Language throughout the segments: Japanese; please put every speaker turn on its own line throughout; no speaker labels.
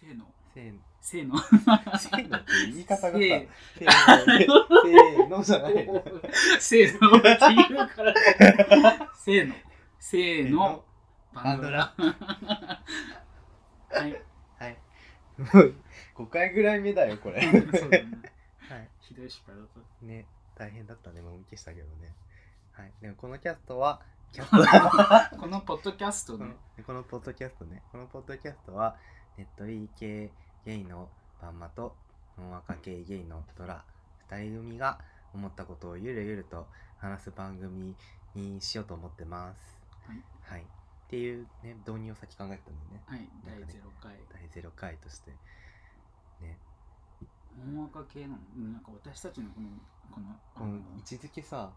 性の
せ
性
ーの。
の
せーのって言い方がさ、
せー
せーの、せーのじゃないの。
性のって言うから性の性の
バンドラ。
はい
はい。もう5回ぐらい目だよ、これ。
そうだね
はい。
ひどい失敗だっ
ね、大変だったね、もう消したけどね。はい。でもこのキャストは、キャス
たこのポッドキャストね
トこのポッドキャストね、このポッドキャストは、ネットリー系ゲイのバンマと、ノンアカ系ゲイのドラ、二人組が思ったことをゆるゆると話す番組にしようと思ってます。
はい。
はい。っていうね、導入を先考えてたんだよね。
はい第0回
第0回として。ね、
音楽系のうんなんか私たちのこのこの
この位置づけさ、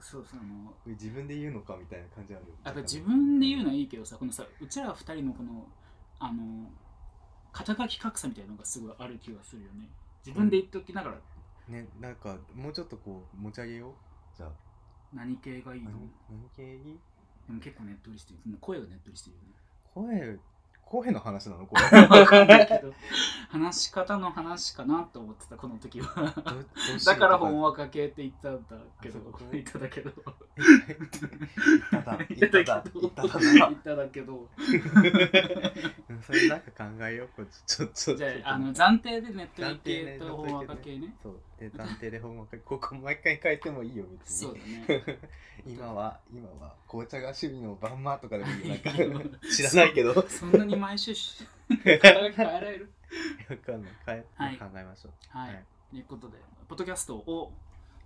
そうそうあの
自分で言うのかみたいな感じあるよ。
やっぱ自分で言うの
よ。
はいいけどさこのさうちら二人のこのあの肩書き格差みたいなのがすごいある気がするよね自分で言っときながら
ね、なんか、もうちょっとこう、持ち上げよう。じゃあ、
何系がいいの、
何何系いい
でも結構ねっとりしてる声がねっとりしてるよね
声、声の話なのこれ。
わかんないけど 話し方の話かなと思ってたこの時は
どどうし よ
だ
う
から
と
本話かけって言ったんだけど
あそう
言っただけど
言っただ、言っただ、言っただな。
言っただけど
うんそれなんか考えよう。これちょっと、ちょっと。
じゃああの暫定でネットリ系
暫定ね
と本話かけね
そう。で、探偵で本話かここ毎回変えてもいいよ、別に。
そうだね
今は今は紅茶が趣味のバンマーとかでもいいよなんか
いいよ
知らないけどわ
そんなに毎週 し
か
肩書き変えられる
んない変え
はい
考えましょう
はい、
はい
ということでポッドキャストを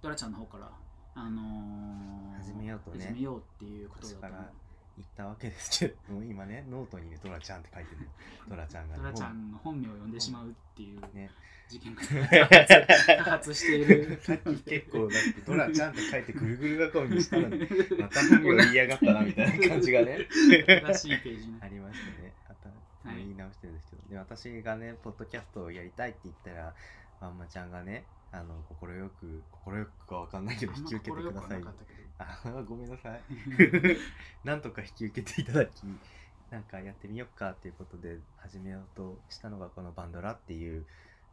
ドラちゃんの方からあのー、
始めようとね
始めようっていうことだったの
私から言ったわけですけども今ねノートにねドラちゃんって書いてるのドラちゃんがね
ドラちゃんの本名を呼んでしまうっていう
ね
事件が多
も
発している
うさっき結構だってドラちゃんって書いてぐるぐる囲みにしたのにまた本名言いやがったなみたいな感じがね
新しいページね
ありましたね。あた
はい
言い直してるんですけど、で私がね、ポッドキャストをやりたいって言ったら、まんまちゃんがね、あの、快く、快くかわかんないけど、引き受けてくださ
あ
い
んま心よくはなかったけど
あーごめんな さい。なんとか引き受けていただき、なんかやってみようかっていうことで始めようとしたのが、このバンドラっていう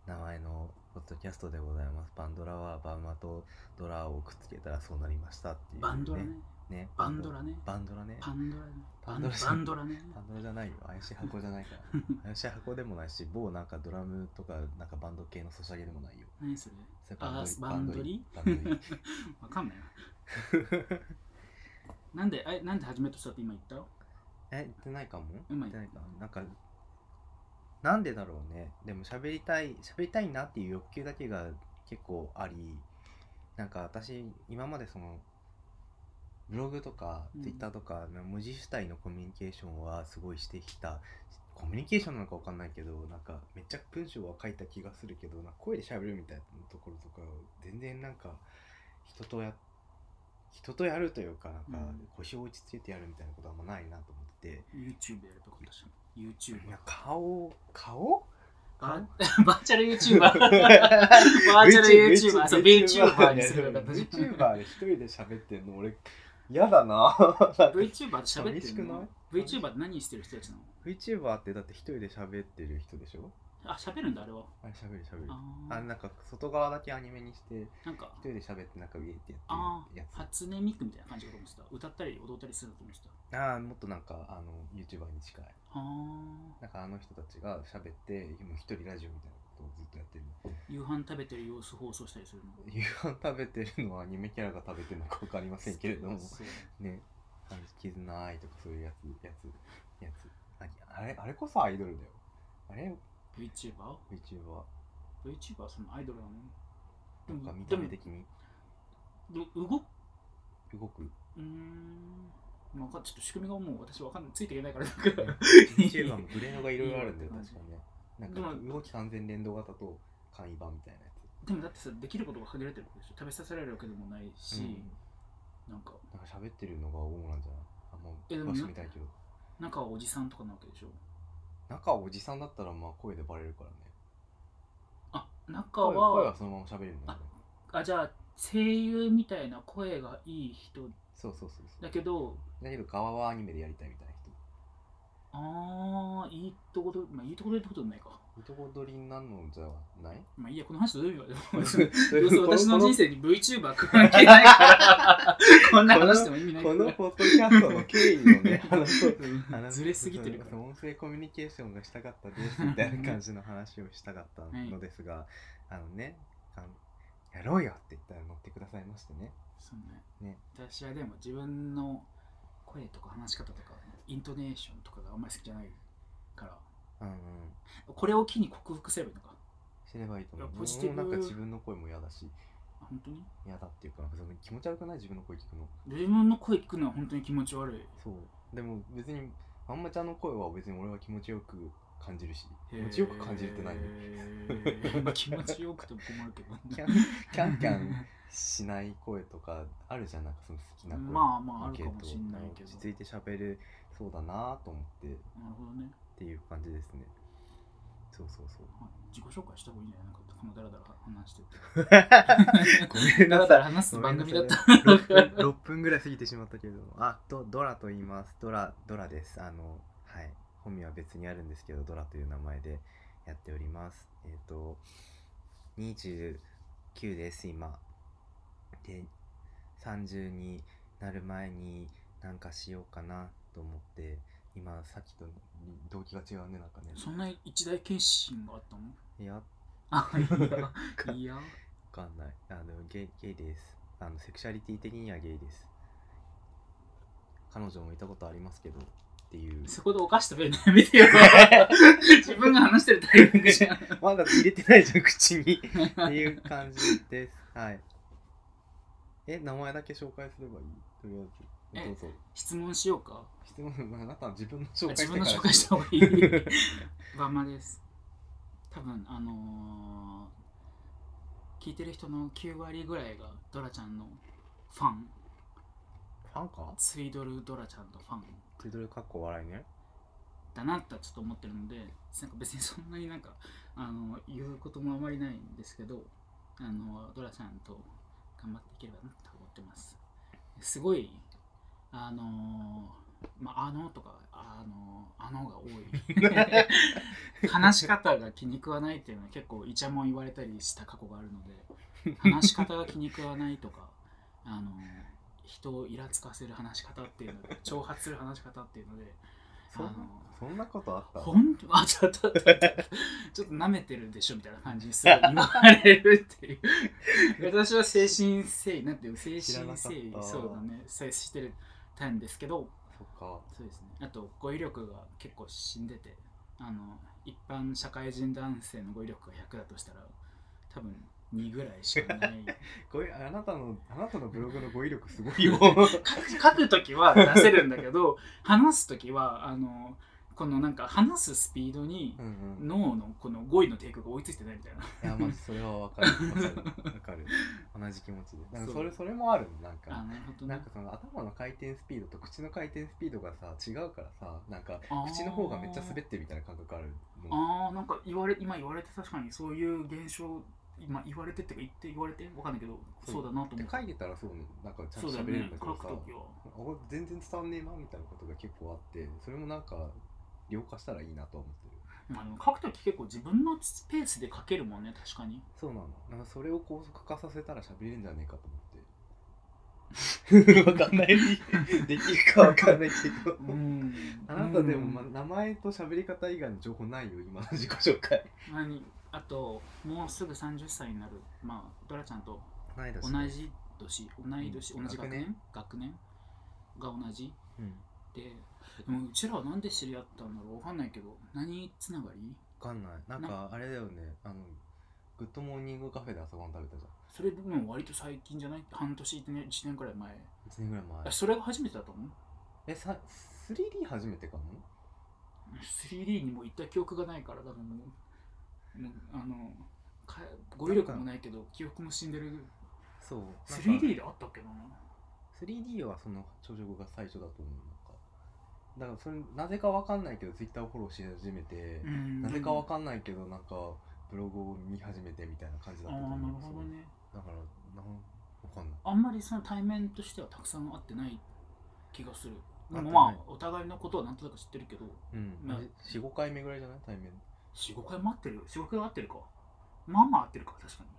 名前のポッドキャストでございます。バンドラはバンマとドラをくっつけたらそうなりましたっていう、
バンドラね。
ね。
バンドラね
バンドラね。
パンドラね。
パ
バ
ン
ン
ドラ
バンドラね。
バンドじゃないよ。怪しい箱じゃないから。 怪しい箱でもないし、某なんかドラムとか、なんかバンド系のソシャゲでもないよ。
何それ
それ
あーバンドリ
バンドリ
わかんないわ。なんで、え、なんで初めとしたって今言った
え、言ってないかも
うん
言ってないかもなんか、なんでだろうね。でも喋りたい、喋りたいなっていう欲求だけが結構あり、なんか私、今までその、ブログとか
うん
ツイッターとか、文字主体のコミュニケーションはすごいしてきたコミュニケーションなのかわかんないけどなんかめっちゃ文章は書いた気がするけどなんか声で喋るみたいなところとか全然なんか人とや人とやるというかなんか
うん
腰を落ち着いてやるみたいなことはあんまないなと思ってて、
?YouTube やると今年。YouTube。
いや顔顔
バ
顔
ーバーチャル YouTuber。バーチャル YouTuber。そう、VTuber にするよかった。
VTuber で一人で喋ってんの俺嫌だな
VTuber って喋って
寂しく
る
ない
の ?VTuber って何してる人たちなの
VTuber ってだって一人で喋ってる人でしょ
あ、喋るんだ、あれは。
あれ喋る喋る
あ
あ
ー
なんか外側だけアニメにして
なんか
一、人で喋ってなんかウェーってや
あ
ってるや
あ、初音ミクみたいな感じかと思ってた。歌ったり踊ったりすると思ってた。
つああもっとなんかあの YouTuber に近い
あ
なんかあの人たちが喋って今一人ラジオみたいなことをずっとやってる
ー夕飯食べてる様子放送したりするの。
夕飯食べてるのはアニメキャラが食べてるのか分かりませんけれども
そう
ねあの絆愛とかそういうやつやつやつああれあれこそアイドルだよあれ
VTuber?VTuber
YouTuber
はそのアイドルなの
なんか
でも
見た目的に
ど動く
動く
うーん。なんかちょっと仕組みがもう私わかんない。ついていけないからなんか。
YouTuber もグレードがいろいろあるんだよ
うん
確かにねなん
で
か
も
動き完全連動型と簡易版みたいなや つ
でもだってさ、できることが限られてるわけでしょ。食べさせられるわけでもないし、なんか、
なんか喋ってるのが主なんじゃないあんま
えでも
詳しく見たいけど
中はおじさんとかなわけでしょ。
中はおじさんだったらまあ声でバレるからね
あ、中
声は声
は
は、そのまま喋れるのよね
あ、じゃあ声優みたいな声がいい人
そうそうそうそう
だけど、
だけど側はアニメでやりたいみたいな人
ああいいとこ取りまあいいとこ取りってことでもないか
いとこ取りなのじゃ ない
まあいいやこの話どうでもいいわどうせ
それ
私の人生に VTuber 関係ない からこんな話でも意味ない
こ
か
の
ら
ポッドキャストの経緯のね 話そう
うんずれすぎてるか
そ
ら
う音声コミュニケーションがしたかったですみたいな感じの話をしたかったのですが、あのねあのやろうよって言ったら乗ってくださいましてね
そうね
ね
私はでも自分の声とか話し方とかイントネーションとかがあんまり好きじゃないから
うんうん
これを機に克服すればいいのか
すればいいと思う
いやポジティブ
もうなんか自分の声も嫌だし
あ本当に
嫌だっていうかなんかその気持ち悪くない自分の声聞くの
自分の声聞くのは本当に気持ち悪い
そうでも別にあんまちゃんの声は別に俺は気持ちよく感じるし気
へー
持ちよく感じるって何
気持ちよくても困るけ
キャ
ど
ンキャンキャンしない声とかあるじゃんなんかその好きな声
まあまああるかもしんないけど
落ち着いて喋れそうだなと思ってっ
なるほどね、
ていう感じですねそうそうそう
まあ自己紹介した方がいいんじゃないのかってこのダラダラ話してて
ごめん
ダラ
なさ
ダ
い
ラ話す番組だった
6分 ,6 分ぐらい過ぎてしまったけれどもあとドラと言いますドラドラですあのはい本名は別にあるんですけどドラという名前でやっておりますえっ、と29です今で30になる前になんかしようかなと思って今さっきと動機が違うねなんかね
そんな一大決心があったの
いやわ
あ
か
いやいや
かんないあのゲイゲイですあのセクシャリティ的にはゲイです彼女もいたことありますけどっていう
そこでお菓子食べるのやめ てよ自分が話してるタイミングじゃん
まだ入れてないじゃん 口にっていう感じですはいえ名前だけ紹介すればいいとりあえず
え
どうぞ
質問しようか
質問まああなたは自分の
あ
紹介
自分の紹
から
介
し
してた方がいい バンマです多分あのー聞いてる人の9割ぐらいがドラちゃんのファン
ファンか
ツイドルドラちゃんのファン
ツイドルかっこ笑 いね
だなとはちょっと思ってるのでなんか別にそんなになんかあの言うこともあまりないんですけどあのドラちゃんと頑張っていければなと思ってますすごいあのまあ、あのとかあのあのが多い話し方が気に食わないっていうのは結構イチャもん言われたりした過去があるので話し方が気に食わないとかあの人をイラつかせる話し方っていうので挑発する話し方っていうので
そんな
あの
そんなことあった
ほんとあ、ちょっと、ちょっと、ちょっと舐めてるでしょみたいな感じにすごい言われるっていう。私は精神誠意、なんていうの精神
知らなか
誠
った
意、そうだね、接してるたんですけど、
そっか
そうですね。あと、語彙力が結構死んでて、あの、一般社会人男性の語彙力が100だとしたら、多分2ぐらいしか ない。
これあなたのあなたのブログの語彙力すご いよ
書くときは出せるんだけど、 話すときは、あの、このなんか話すスピードに、
うんうん
脳のこの語彙の抵抗が追いついてないみたいな。
いやまあそれはわかるわかるわかる同じ気持ちでなんかそれそれもあるなん
あ
か
なるほど
なん
ね
か。その頭の回転スピードと口の回転スピードがさ違うからさなんか
あー
口の方がめっちゃ滑ってるみたいな感覚あるの
ああ、なんか言われ今言われて確かにそういう現象、今言われてってか言って言われてわかんないけど、
そう
そうだなと
で
思っ
書
て。
いてたらそうねなんかちゃ
そ
んと
うだ
喋れるん
ね
だ、け
書
ど
く
さ、
ときは。
あこれ全然伝わんねえなみたいなことが結構あってそれもなんか了解したらいいなとは思ってる
まあ、でも書くとき結構自分のスペースで書けるもんね、確かに。
そうなのなんかそれを高速化させたら喋れるんじゃねえか と思ってわかんないできるかわかんないけど
うん。
あなたでも、ま
うん
名前と喋り方以外の情報ないよ今の自己紹介
何あと、もうすぐ30歳になる、まあ、ドラちゃんと
同い
同じ年、同い年、
うん
同じ学年学年が同じ。
うん
ででもうちらはなんで知り合ったんだろうわかんないけど何つながり
わかんないなんかあれだよねあのグッドモーニングカフェで朝ごはん食べたじゃん
それでも割と最近じゃない半年1年 ,1 年くらい前、
1年ぐらい
あそれが初めてだと思う
前えさ 3D 初めてかな
3D にも行った記憶がないから多分もうもうあのか語彙力もないけど記憶も死んでる
そうなんか
3D であったっけな
3D はその朝食が最初だと思うなんかだからそれなぜかわかんないけど Twitter をフォローし始めて、
うん
なぜかわかんないけどなんかブログを見始めてみたいな感じだ
あ
っ
あ
た
ー
と思う
なるほどね
そうだからなんわかんない
あんまりその対面としてはたくさん会ってない気がするでもま
あとね
あお互いのことはなんとなく知ってるけど
うん
まあ
45回目ぐらいじゃない対面
45回待ってる45回待ってるかまあまあ合ってるか確かに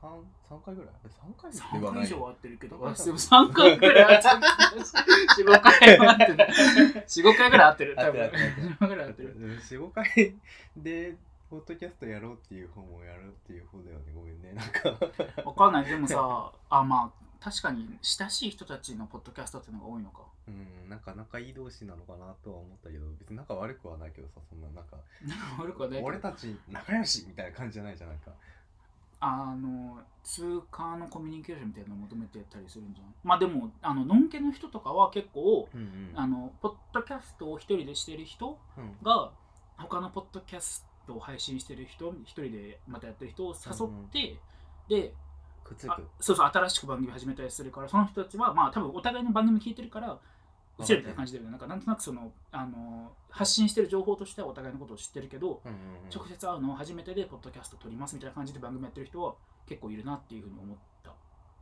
3, 三回ぐらい3回
3回以上は合ってるけど、
わ
あ
かんない
でも3回ぐらい合 ってる。4、5回は合ってる。4、5回ぐらい合ってる。多分
合ってる合って
4、5
る
回ぐらい合ってる。
45回でポッドキャストやろうっていう方もやるっていう方だよねごめんねなんか
わかんない。でもさ、あ、まあ、確かに親しい人たちのポッドキャストっていうのが多いのか。
うんなんか仲いい同士なのかなとは思ったけど別に仲悪くはないけどさそんななんか
なんか悪くはないけど
俺たち仲良しみたいな感じじゃないじゃんなんか
あの、通貨のコミュニケーションみたいなのを求めてたりするんじゃん。まあでも、あの、のんけの人とかは結構、
うんうん
あの、ポッドキャストを一人でしてる人
うん
が他のポッドキャストを配信してる人一人でまたやってる人を誘って、で
くっつ
あ
く
そうそう新しく番組始めたりするからその人たちはまあ多分お互いの番組聞いてるからうちらみたいな感じだよねなんかなんとなくそのあの発信してる情報としてはお互いのことを知ってるけど、
うんうんうん
直接会うのを初めてでポッドキャスト撮りますみたいな感じで番組やってる人は結構いるなっていうふうに思った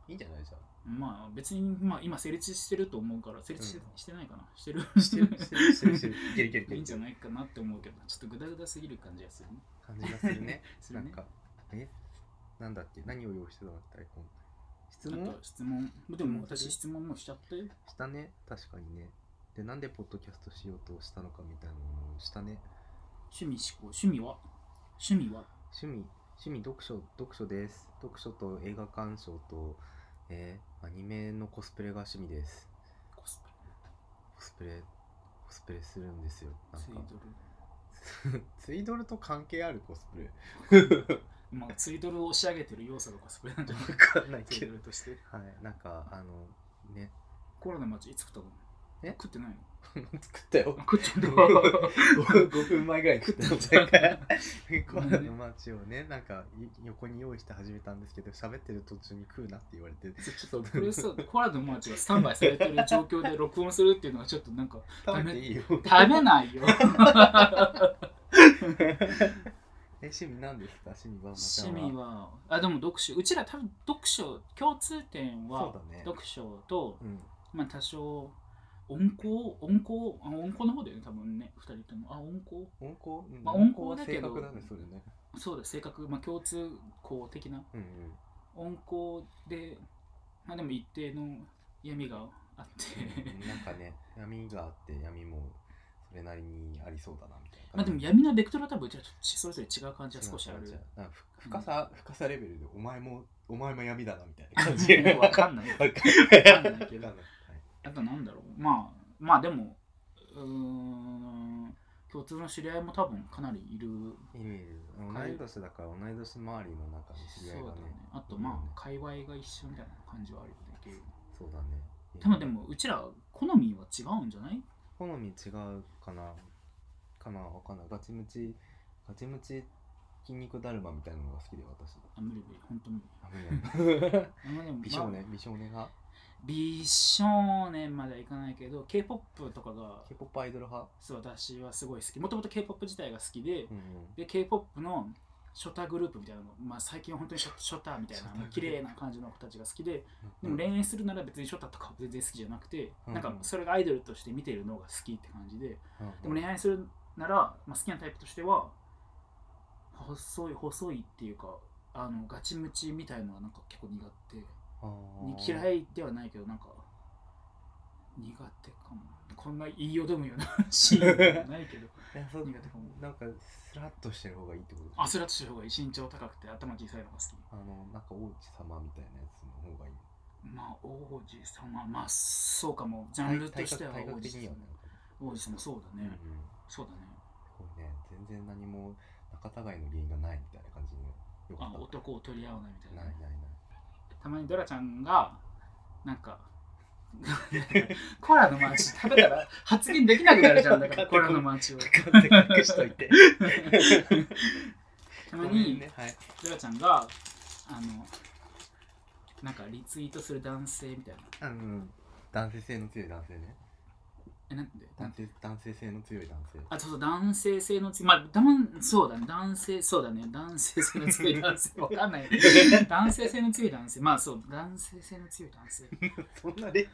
いいんじゃないじゃん
まあ別に、まあ、今成立してると思うから成立し,、してないかなしてる
して るしてるしてるしてるいけるいけるいける
いいんじゃないかなって思うけどちょっとグダグダすぎる感じがするね
感じがす るね
す
な
る
ん
ね
かえなんだっけ何を用意してたんだったら質
あ
問
と質問でも私質問もしちゃったよ
したね確かにねでなんでポッドキャストしようとしたのかみたいなのをしたね
趣味思考趣味は趣味は
趣味趣味読書読書です読書と映画鑑賞とえーアニメのコスプレが趣味です
コス
コスプレコスプレするんですよ
プ
な
レ
ん
ツイ
か
ドル
ツイドルと関係あるコスプ レ
まあツイドルを押し上げてる要素がコスプレなんじゃない
分かんない
ツ
け
イド
ど
ルとして
はいなんかあのね
コロナの街いつ食ったの
え
食ってないの
作ったよ
あ食ってない
5分前ぐらいに食ったみたいな
ご
コ
め
ロ
んね
ナの街をねなんかい横に用意して始めたんですけど喋ってる途中に食うなって言われて
ちょっとこれさコロナの街がスタンバイされてる状況で録音するっていうのはちょっとなんか
食べていいよ
食べないよ
え趣味なんですか趣味はまた
趣味はあでも読書うちら多分読書共通点は
そうだね
読書と
うん
まあ多少温厚温厚あ温厚の方だよね多分ね2人ともあ温厚
温厚うん
まあ温厚だけど
温厚は正確だねそれね
そうだ性格まあ共通項的な
うんうん
温厚でまあでも一定の闇があって
うんなんかね闇があって闇もそれなりにありそうだなみたいな
まあでも闇のベクトルは多分うちらとそれぞれ違う感じが少しあ
違う違
る
うなんかふ深さ深さレベルでお前もお前も闇だなみたいな感じ
わかん ない
わかん
わかんな
ないい
け
け
ど
ど
あとなんだろうまあまあでもうーん共通の知り合いも多分かなりいる
いるいる同い年だから同い年周りの中に知
そう
り合
だ
いがね
ねあとまあ界隈が一緒みたいな感じはあるよねっていう
そうだね
多分でもうちら好みは違うんじゃない
好み違うかなかなわかんないガチムチガチムチ筋肉だるまみたいなのが好きで私
あ無理無理本当無理
ダメだよ
あまあでも
美少
まあ
年美少年が
美少年まではいかないけど k p o p とかが
k p o p アイドル派
そう私はすごい好きもともと k p o p 自体が好きで,、
うん
で k p o p のショタグループみたいなの、まあ、最近は本当にショショタみたい
ショ
な
タグループ
綺麗な感じの子たちが好きで
う
で
ん
も恋愛するなら別にショタとかは全然好きじゃなくて、
うん
なんかそれがアイドルとして見てるのが好きって感じでで
う
も
ん
恋愛するなら、まあ、好きなタイプとしては細い細いっていうかあのガチムチみたいのはなんか結構苦手。
あ
に
ー
嫌いではないけどなんか苦手かもこんな言いよどむよう なシーンはないけど
いやそう
苦手かも
なんかスラッとしてる方がいいってことでしょ
あスラッとした方がいい身長高くて頭小さいのが好き
あのなんか王子様みたいなやつの方がいい
まあ王子様まあそうかもジャンルとしては
体
王
格
子
的に
様
はね
王子様そうだ
うんうん
ね、そうだね
これね全然何も仲違いの原因がないみたいな感じのよか
あ
った
男を取り合わないみたいな
な
い
ないない
たまにドラちゃんがなんか コラのマーチ食べたら発言できなくなるじゃんだからコラのマーチを
勝手隠しといて。
たまに
ね、はい。
ルラちゃんがあのなんかリツイートする男性みたいな
あの、男性性の強い男性ね。
えなんでなん
男性男性性の強い男性
あそうそう男性性の強いまあだまそうだね男性そうだね男性性の強い男 性わかんない男性性の強い男性まあそう男性性の強い男性
そんなね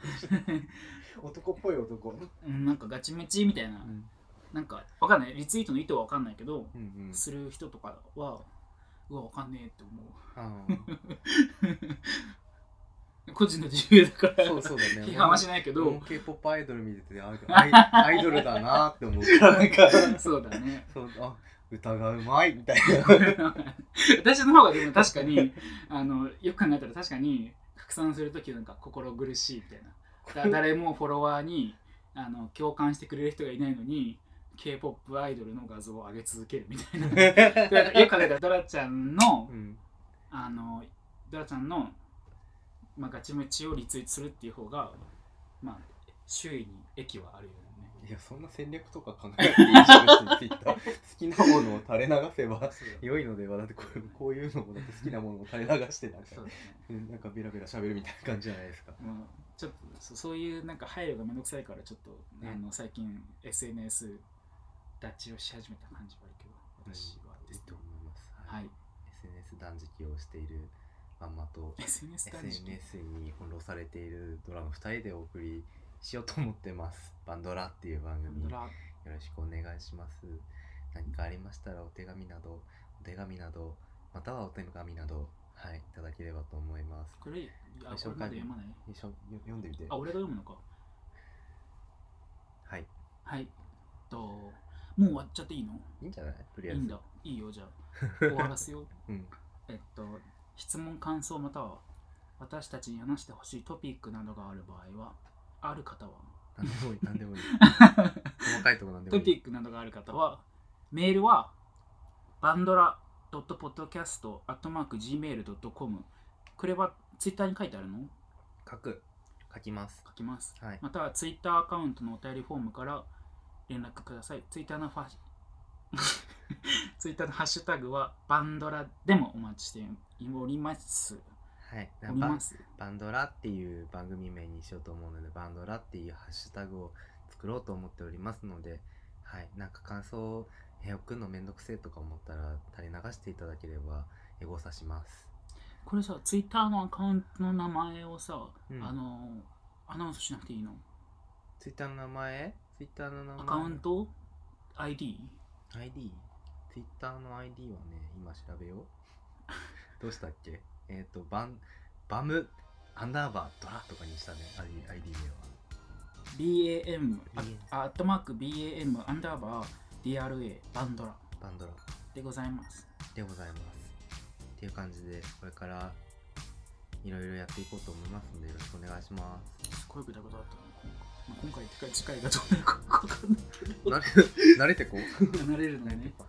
男っぽい男
うんなんかガチメチみたいな、
うん
なんかわかんないリツイートの意図はわかんないけど、
うんうん
する人とかはうわわかんねえって思
あ
う個人の自由だか
ー
ら
そうそうだね
批判はしないけど、
k p o p アイドル見ててあアイアイドルだなって思うからなんか
そうだね
そうあ歌がうまいみたい
私の方がでも確かにあのよく考えたら確かに拡散する時なんか心苦しいみたいな だ誰もフォロワーにあの共感してくれる人がいないのに k p o p アイドルの画像を上げ続けるみ たいな
な
だからよく考えたらドラちゃんの
うん
あのドラちゃんの、まあ、ガチムチをリツイートするっていう方がまあ周囲に益はあるよね
いやそんな戦略とか考えなくていいじゃん Twitter 好きなものを垂れ流せば良いのではだってこうこういうのもだって好きなものを垂れ流してなん
そう
か
だね
うんなんかベラベラ喋るみたいな感じじゃないですか
うんちょっとそそういうなんか配慮がめんどくさいからちょっと、
ね
あの最近 SNS 脱チをし始めた感じはあるけど私はですと、
思います
はい
SNS 断食をしているまんまと
SNS 断食
SNS に翻弄されているドラの2人でお送りしようと思ってますバンドラっていう番組
ド
よ
ラ
ろしくお願いします何かありましたらお手紙などお手紙などまたはお手紙などはいいただければと思います
これあこれまで読まない
よいしょよ読んでみて
あ俺が読むのか
はい
はいともう終わっちゃっていいの
いいんじゃないとりあ
い
え
い
ず
んだいいよじゃあ 終わらせよう
うん
えっと質問感想または私たちに話してほしいトピックなどがある場合はある方は
何でもいい何 でもいい 細かいとこ何でも
ト
い
ピ
い
ックなどがある方は、メールはバンドラ .podcast.gmail.com これはツイッターに書いてあるの
書く書きます
書きます。
はい
またはツイッターアカウントのお便りフォームから連絡ください。ツイッターのファ ツイッターのハッシュタグはバンドラでもお待ちしております。
はい
おります。
バンドラっていう番組名にしようと思うのでバンドラっていうハッシュタグを作ろうと思っておりますのではいなんか感想をえ送るのめんどくせえとか思ったら垂れ流していただければエゴサします
これさ、ツイッターのアカウントの名前をさ、
うん
あの、アナウンスしなくていいの
ツイッターの名前ツイッターの名前
アカウント ?ID?
ID ツイッターの ID はね今調 べようどうしたっけえっ、とバンバムアンダーバードラとかにしたね ID, ID 名は
BAM、
BAM
あアットマーク BAM アンダーバー DRA バンドラ
バンドラ
でございます。
でございます。っていう感じで、これからいろいろやっていこうと思いますので、よろしくお願いします
ごいぐだぐだだったな。今回、まあ今回ってか次回がどうなるか分かんない
す。慣れ慣れてこう。
けど、慣れるのね。
こ